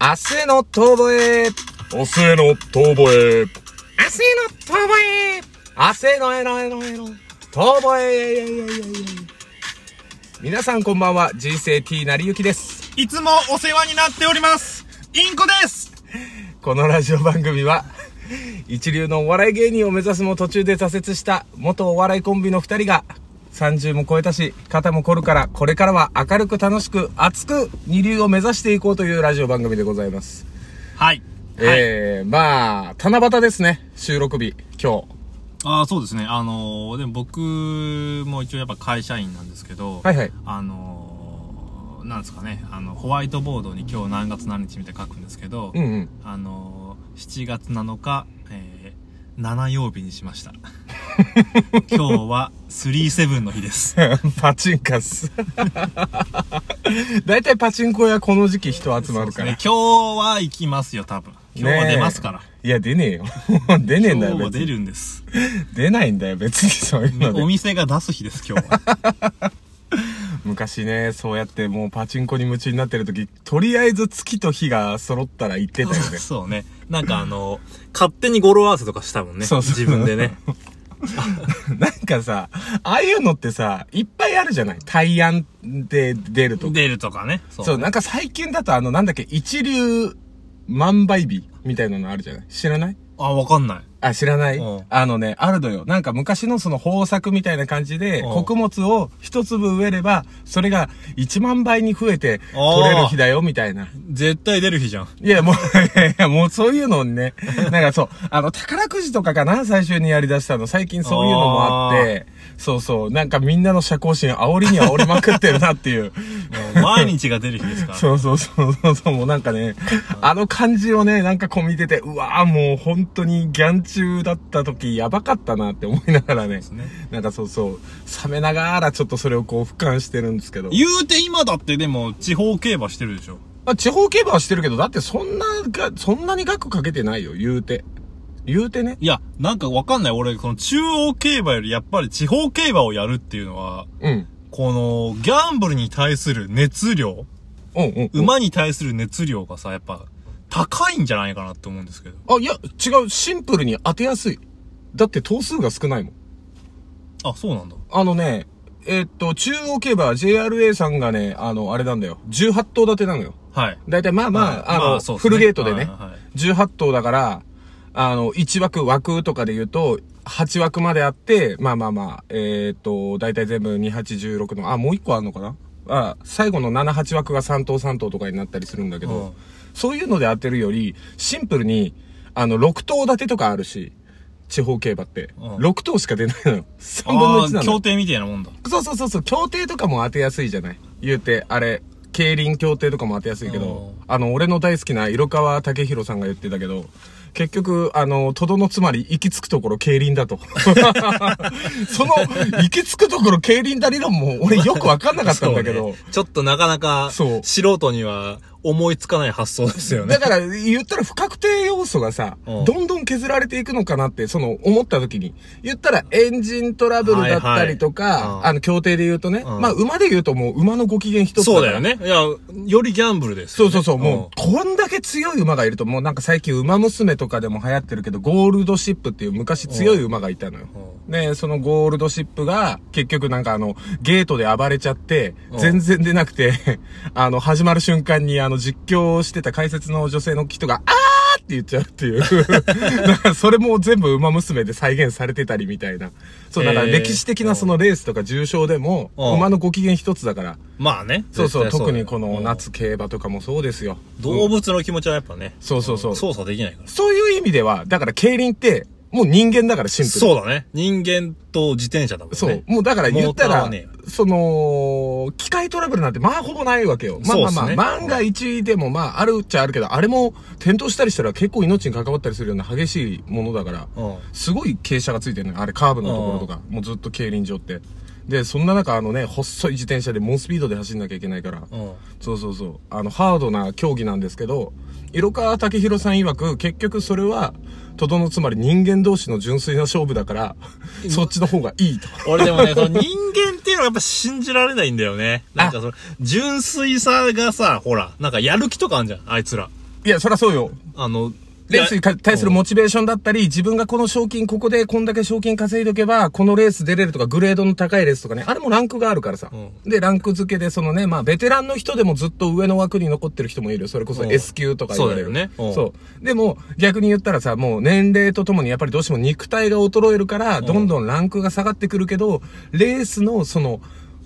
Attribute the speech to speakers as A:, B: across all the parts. A: 明日の遠吠え
B: 明日への遠吠え。
A: 明日の遠吠え明日のえのえのえの遠吠えいやいやいやいや皆さんこんばんは、人生 T なりゆきです。
B: いつもお世話になっております。インコです。
A: このラジオ番組は、一流のお笑い芸人を目指すも途中で挫折した元お笑いコンビの二人が、30も超えたし、肩も凝るから、これからは明るく楽しく、熱く二流を目指していこうというラジオ番組でございます。
B: はい。はい。
A: えー、まあ、七夕ですね。収録日、今 日。
B: ああ、そうですね。あのー、でも僕も一応やっぱ会社員なんですけど、
A: はいはい。
B: あのー、なんですかね、あの、ホワイトボードに今日何月何日みたいに書くんですけど、
A: うんうん。
B: あのー、7月7日、えー、7曜日にしま した。今日は37の日です。
A: パチンカス。 大体パチンコ屋この時期人集まるから。
B: ね、今日は行きますよ、多分。今日は出ますから。
A: ねえ。いや、出ねえよ。 出ねえんだ
B: 今
A: よ、
B: 日は
A: 別
B: 出
A: に。
B: るんです。
A: 出ないんだよ、別にそういうの
B: お
A: で。
B: 店が出す日です、今日は。。
A: 昔ね、そうやってもうパチンコに夢中になってる時、とりあえず月と日が揃ったら行ってたよね
B: そうね。なんかあの、勝手に語呂合わせとかしたもんね。
A: そうそう
B: 自分 でね。
A: なんかさ、ああいうのってさ、いっぱいあるじゃない対案で出るとか。
B: 出るとかね。そ
A: そう、なんか最近だとあの、なんだっけ、一流万倍日みたいなのあるじゃない知らない
B: あ、わかんない。
A: あ、知らない
B: うん
A: あのね、あるのよ。なんか昔のその豊作みたいな感じで、
B: うん
A: 穀物を一粒植えれば、それが1万倍に増えて
B: あー
A: 取れる日だよ、みたいな。
B: 絶対出る日じゃん。
A: いや、もう、いやいや、もうそういうのにね、なんかそう、あの、宝くじとかかな、最初にやり出したの。最近そういうのもあって、そうそう、なんかみんなの社交心煽りに煽りまくってるなっていう。
B: もう毎日が出る日ですから。
A: そうそうそうそうそう、もうなんかね、あの感じをね、なんかこう見てて、うわぁ、もう本当にギャン中だった時やばかったなって思いながらね、
B: ね
A: なんかそうそう、冷めながらちょっとそれをこう俯瞰してるんですけど。
B: 言うて今だってでも地方競馬してるでしょ。
A: まあ、地方競馬はしてるけど、だってそんなが、そんなに額かけてないよ、言うて。言うてね。
B: いや、なんかわかんない。俺、その中央競馬よりやっぱり地方競馬をやるっていうのは、
A: うん。
B: この、ギャンブルに対する熱量、
A: うんうん。
B: 馬に対する熱量がさ、やっぱ、高いんじゃないかなって思うんですけど。
A: あ、いや、違う、シンプルに当てやすい。だって頭数が少ないもん。
B: あ、そうなんだ。
A: あのね、えっと、中央競馬は JRA さんがね、あの、あれなんだよ。18頭立てなのよ。
B: はい。
A: 大体まあまあ、
B: はい
A: あの、
B: まあそうです
A: フ
B: ね
A: ルゲートでね、
B: はいはい
A: 18頭だから、あの、1枠、枠とかで言うと、8枠まであって、まあまあまあ、えっ、と、大体全部2816の、あ、もう1個あんのかなあ最後の7、8枠が3頭3頭とかになったりするんだけど、
B: うん
A: そういうので当てるより、シンプルに、あの、6頭立てとかあるし、地方競馬って、
B: うん
A: 6頭しか出ないのよ。3分の1
B: ああ
A: な
B: ー、
A: の
B: 協。定みたいなもんだ。
A: そうそうそうそう、協定とかも当てやすいじゃない言うて、あれ、競輪協定とかも当てやすいけど、あの、俺の大好きな色川武弘さんが言ってたけど、結局、あの、とどのつまり、行き着くところ競輪だと。 その、行き着くところ競輪だ理論も、俺よくわかんなかったんだけど、
B: そうねちょっとなかなか、
A: そう
B: 素人には思いつかない発想ですよね
A: だ。から、言ったら不確定要素がさ、
B: うん
A: どんどん削られていくのかなって、その、思った時に。言ったら、エンジントラブルだったりとか、
B: はいはいうん
A: あの、協定で言うとね、
B: うん
A: まあ、馬で言うともう、馬のご機嫌一つ
B: そう
A: か
B: だ
A: ら
B: よね。いや、よりギャンブルです、
A: そうそうそう、もう、こんだけ強い馬がいると、もうなんか最近馬娘とかでも流行ってるけど、ゴールドシップっていう昔強い馬がいたのよ。で、そのゴールドシップが、結局なんかあの、ゲートで暴れちゃって
B: う、ん
A: 全然出なくて、 あの、始まる瞬間にあの、実況してた解説の女性の人が、あーって言っちゃうって いう。なんかそれも全部馬娘で再現されてたりみたいな。そう、だから
B: へー
A: 歴史的なそのレースとか重賞でも、
B: うん
A: 馬のご機嫌一つだから。
B: うんまあね。
A: そうそう、
B: 絶対
A: 特
B: だ
A: に
B: よ
A: この。夏競馬とかもそうですよ。
B: うん動物の気持ちはやっぱね。
A: そうそうそう。
B: 操作できないから。
A: そういう意味では、だから競輪って、もう人間だからシンプル。
B: そうだね。人間と自転車だもんね。
A: そう。もうだから言った
B: モーターは
A: ら
B: ね、
A: その、機械トラブルなんてまあほぼないわけよ。まあまあま
B: そう
A: あ、
B: っすね
A: 万が一でもまああるっちゃあるけど、あれも転倒したりしたら結構命に関わったりするような激しいものだから、
B: うん。
A: すごい傾斜がついてるのよ。あれカーブのところとか、もうずっと競輪場って。で、そんな中あのね、細い自転車で猛スピードで走んなきゃいけないから、
B: うん。
A: そうそうそう。あの、ハードな競技なんですけど、色川武弘さん曰く、結局それは、とどのつまり人間同士の純粋な勝負だから、そっちの方がいいと。
B: 俺でもね、その人間っていうのはやっぱ信じられないんだよね。なんかその、純粋さがさ、ほら、なんかやる気とかあんじゃん、あいつら。
A: いや、そりゃそうよ。
B: あの、
A: レースにか対する
B: も
A: モチベーションだったり、自分がこの賞金、ここでこんだけ賞金稼いどけば、このレース出れるとか、グレードの高いレースとかね、あれもランクがあるからさ。
B: う
A: で、ランク付けで、そのね、まあ、ベテランの人でもずっと上の枠に残ってる人もいる。それこそ
B: うん
A: S 級とか言われる。
B: そうだよねうん
A: そう。でも、逆に言ったらさ、もう年齢とともに、やっぱりどうしても肉体が衰えるから、どんどんランクが下がってくるけど、レースの、その、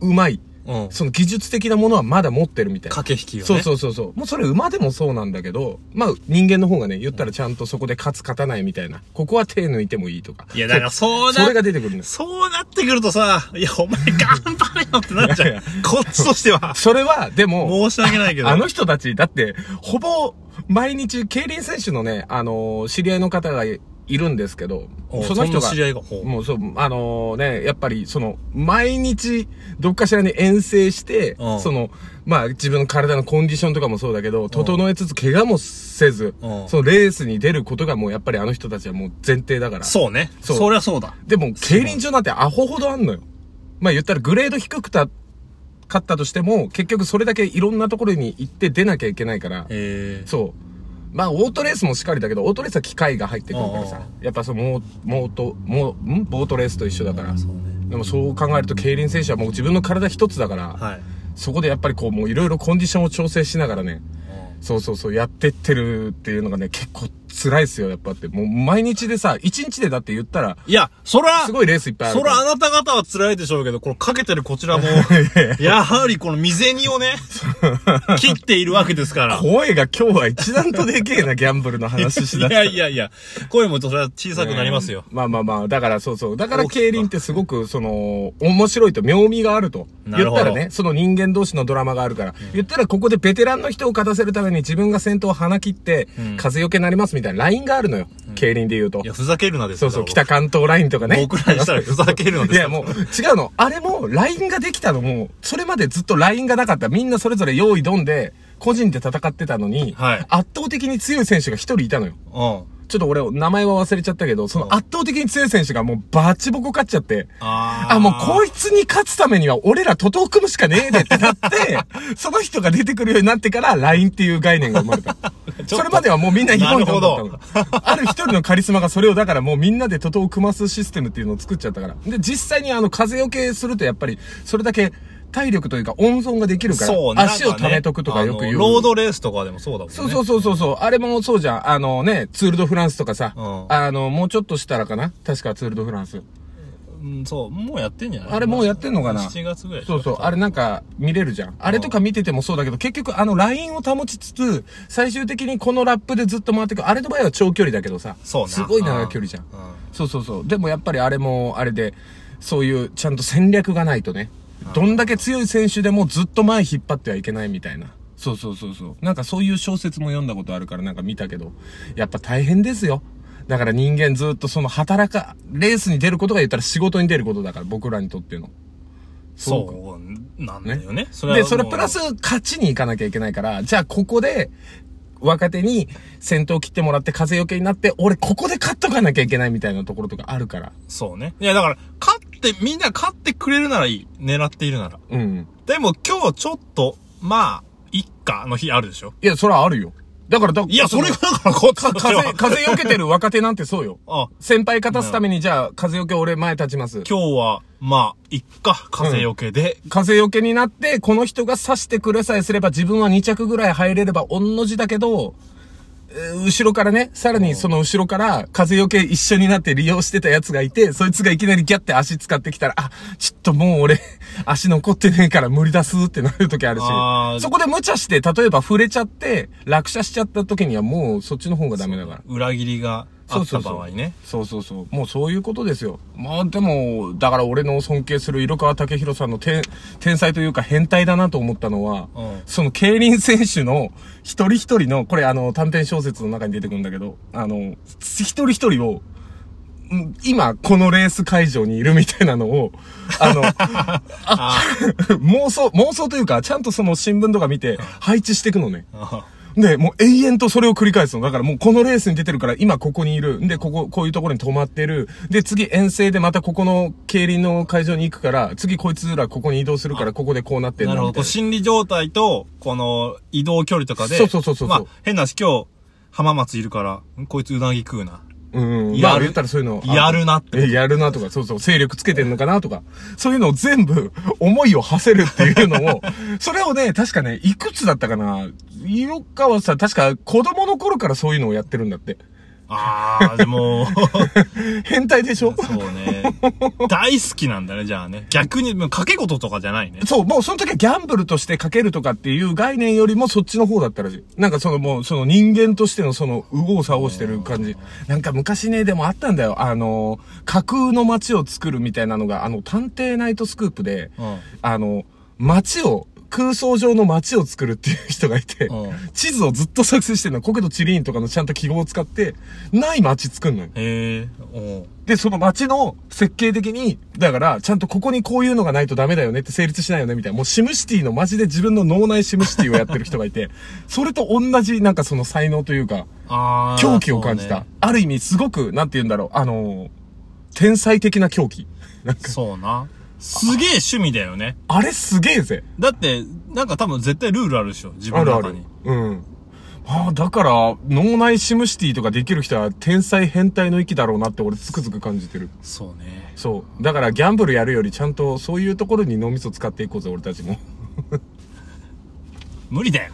A: うまい、
B: うん。
A: その技術的なものはまだ持ってるみたいな。
B: 駆け引きよね。
A: そうそうそうそう。もうそれ馬でもそうなんだけど、まあ人間の方がね、言ったらちゃんとそこで勝つ勝たないみたいな。ここは手抜いてもいいとか。
B: いや、だからそう
A: そ
B: な
A: れ、が出てくるんです。
B: そうなってくるとさ、いや、お前頑張れよってなっちゃ
A: いや
B: う。こっちとしては、
A: それは、でも、
B: 申し訳ないけど。
A: あの人たち、だって、ほぼ、毎日、競輪選手のね、あのー知り合いの方がいるんですけど
B: お、
A: その人が
B: そんな知、り合いが。ほう
A: もうそう、あのね、やっぱり、その、毎日、どっかしらに遠征して、
B: うん
A: その、まあ、自分の体のコンディションとかもそうだけど、整えつつ、怪我もせず、
B: うん
A: そのレースに出ることがもう、やっぱりあの人たちはもう前提だから。
B: そうね。
A: そう
B: そりゃそうだ。
A: でも、競輪場なんてアホほどあんのよ。まあ、言ったらグレード低くた、勝ったとしても、結局それだけいろんなところに行って出なきゃいけないから、
B: ええ。
A: そう。まあ、オートレースもしっかりだけど、オートレースは機械が入ってくるから
B: あ
A: さ。やっぱその、モーモート、モーんボートレースと一緒だから。
B: そうね。
A: でもそう考えると、競輪選手はもう自分の体一つだから、
B: はい。
A: そこでやっぱりこう、もういろいろコンディションを調整しながらね、そうそうそう、やってってるっていうのがね、結構辛いっすよ、やっぱって。もう毎日でさ、一日でだって言ったら、
B: いや、そら、
A: すごいレースいっぱいある
B: そ
A: から
B: らあなた方は辛いでしょうけど、このかけてるこちらも、やはりこの未銭をね、切っているわけですから。
A: 声が今日は一段とでけえな、ギャンブルの話し
B: い
A: だ
B: やいやいや、声もそれは小さくなりますよ。
A: うんまあまあまあ、だからそうそう。だから
B: 大きくは
A: 競輪ってすごく、その、面白いと、妙味があると。
B: なる
A: 言っ
B: ほど
A: たらね、その人間同士のドラマがあるから。言ったらここでベテランの人を勝たせるために自分が先頭を花切って、
B: うん
A: 風よけになりますみたいなラインがあるのよ。競輪で言うと
B: いや、。ふざけるなです
A: そうそう、北関東ラインとかね。
B: 僕らにしたらふざけるので
A: い
B: す
A: や、もう、違うの。あれも、ラインができたのも、それまでずっとラインがなかった。みんなそれぞれ用意どんで、個人で戦ってたのに、
B: はい
A: 圧倒的に強い選手が一人いたのよ。
B: うん。
A: ちょっと俺、名前は忘れちゃったけど、その圧倒的に強い選手がもうバチボコ勝っちゃって、
B: あー
A: あ、もうこいつに勝つためには俺ら徒党組むしかねえでってなっ て、その人が出てくるようになってから LINE っていう概念が生 まれた。それまではもうみんな日本一だった
B: なる
A: の。ある一人のカリスマがそれをだからもうみんなで徒党を組ますシステムっていうのを作っちゃったから。で、実際にあの風よけするとやっぱりそれだけ体力というか温存ができるから、
B: そうなんかね
A: 足を溜めとくとかよく言う。
B: あのロードレースとかでもそうだもんね。
A: そうそうそうそうそう。あれもそうじゃん。あのね、ツールドフランスとかさ。
B: うん
A: あの、もうちょっとしたらかな確かツールドフランス。
B: うん、そう、もうやってんじゃない
A: あれもうやってんのかな
B: ?7 月ぐらいでし
A: そ
B: ょ。
A: う そう。あれなんか見れるじゃん。あれとか見ててもそうだけど、結局あのラインを保ちつつ、最終的にこのラップでずっと回ってく。あれの場合は長距離だけどさ。
B: そうな
A: すごい長い距離じゃん。
B: うん
A: そうそうそう。でもやっぱりあれも、あれで、そういうちゃんと戦略がないとね。どんだけ強い選手でもずっと前引っ張ってはいけないみたいな。そうそうそうそう。なんかそういう小説も読んだことあるからなんか見たけど、やっぱ大変ですよ。だから人間ずっとその働か、レースに出ることが言ったら仕事に出ることだから、僕らにとっての。
B: そう、なんだよね。そ
A: で、
B: は
A: それ
B: もう
A: プラス、勝ちに行かなきゃいけないから、じゃあここで、若手に先頭切ってもらって風よけになって、俺ここで勝っとかなきゃいけないみたいなところとかあるから。
B: そうね。いや、だから、勝って、みんな勝ってくれるならいい。狙っているなら。
A: うん。
B: でも今日ちょっと、まあ、いっかの日あるでしょ。
A: いや、それはあるよ。だから、だ
B: いや、それが
A: の
B: だから、こっち
A: か
B: としては
A: 風、風よけてる若手なんてそうよ。
B: あ、
A: 先輩勝たすために、じゃあ、風よけ俺前立ちます。
B: 今日は、まあ、いっか、風よけで、
A: 風よけになって、この人が刺してくれさえすれば、自分は2着ぐらい入れれば、御の字だけど、えー後ろからね、さらにその後ろから、風よけ一緒になって利用してたやつがいて、そいつがいきなりギャって足使ってきたら、あ、ちょっともう俺、 足残ってねえから無理だすってなる時あるし
B: あー、
A: そこで無茶して、例えば触れちゃって、落車しちゃった時にはもうそっちの方がダメだから。
B: 裏切りがあった場合ね。
A: そうそうそう。もうそういうことですよ。まあでも、だから俺の尊敬する色川武宏さんの天、天才というか変態だなと思ったのは、
B: うん
A: その競輪選手の一人一人の、これあの短編小説の中に出てくるんだけど、あの、一人一人を、うん今このレース会場にいるみたいなのを、あ の、あ妄想、妄想というか、ちゃんとその新聞とか見て配置していくのね。
B: あ
A: で、もう永遠とそれを繰り返すの。だからもうこのレースに出てるから今ここにいる。で、ここ、こういうところに止まってる。で、次遠征でまたここの競輪の会場に行くから、次こいつらここに移動するからここでこうなってん
B: な
A: だ
B: るほど。
A: み
B: こ
A: た
B: う
A: い
B: 心理状態と、この移動距離とかで。
A: そうそうそうそう
B: まあ、変な話、今日、浜松いるから、んこいつうなぎ食うな。
A: うんうん。
B: やる
A: まあ言ったらそういうの。あ
B: やるなって。
A: えやるなとか、そうそう、勢力つけてんのかなとか、そういうのを全部、思いを馳せるっていうの を、それをね、確かね、いくつだったかな、色川さん、確か子供の頃からそういうのをやってるんだって。
B: あー、でも、
A: 変態でしょ
B: そうね。大好きなんだね、じゃあね。逆に、もう掛け事とかじゃないね。
A: そう、もうその時はギャンブルとしてかけるとかっていう概念よりもそっちの方だったらしい。なんかそのもう、その人間としてのその、右往左往してる感じ。なんか昔ね、でもあったんだよ。あの、架空の街を作るみたいなのが、あの、探偵ナイトスクープで、
B: うん。
A: あの、街を、空想上の街を作るっていう人がいて、
B: うん
A: 地図をずっと作成してるの。国土地理院とかのちゃんと記号を使って、ない街作んのよ。
B: へえ、おう
A: で、その街の設計的に、だから、ちゃんとここにこういうのがないとダメだよねって成立しないよねみたいな、もうシムシティのマジで自分の脳内シムシティをやってる人がいて、 それと同じなんかその才能というか、
B: あー。
A: 狂気を感じ
B: そ
A: た。ある意味すごく、なんて言うんだろう、あのー天才的な狂気。 なん
B: うね。
A: か、
B: そうな。すげえ趣味だよね。
A: あれすげえぜ。
B: だって、なんか多分絶対ルールあるでしょ、自
A: あ
B: 分
A: る
B: の
A: あ
B: 中
A: る
B: に。。
A: うん。ああ、だから、脳内シムシティとかできる人は天才変態の域だろうなって俺つくづく感じてる。
B: そうね。
A: そう。だからギャンブルやるよりちゃんとそういうところに脳みそ使っていこうぜ、俺たちも。
B: 無理だよ。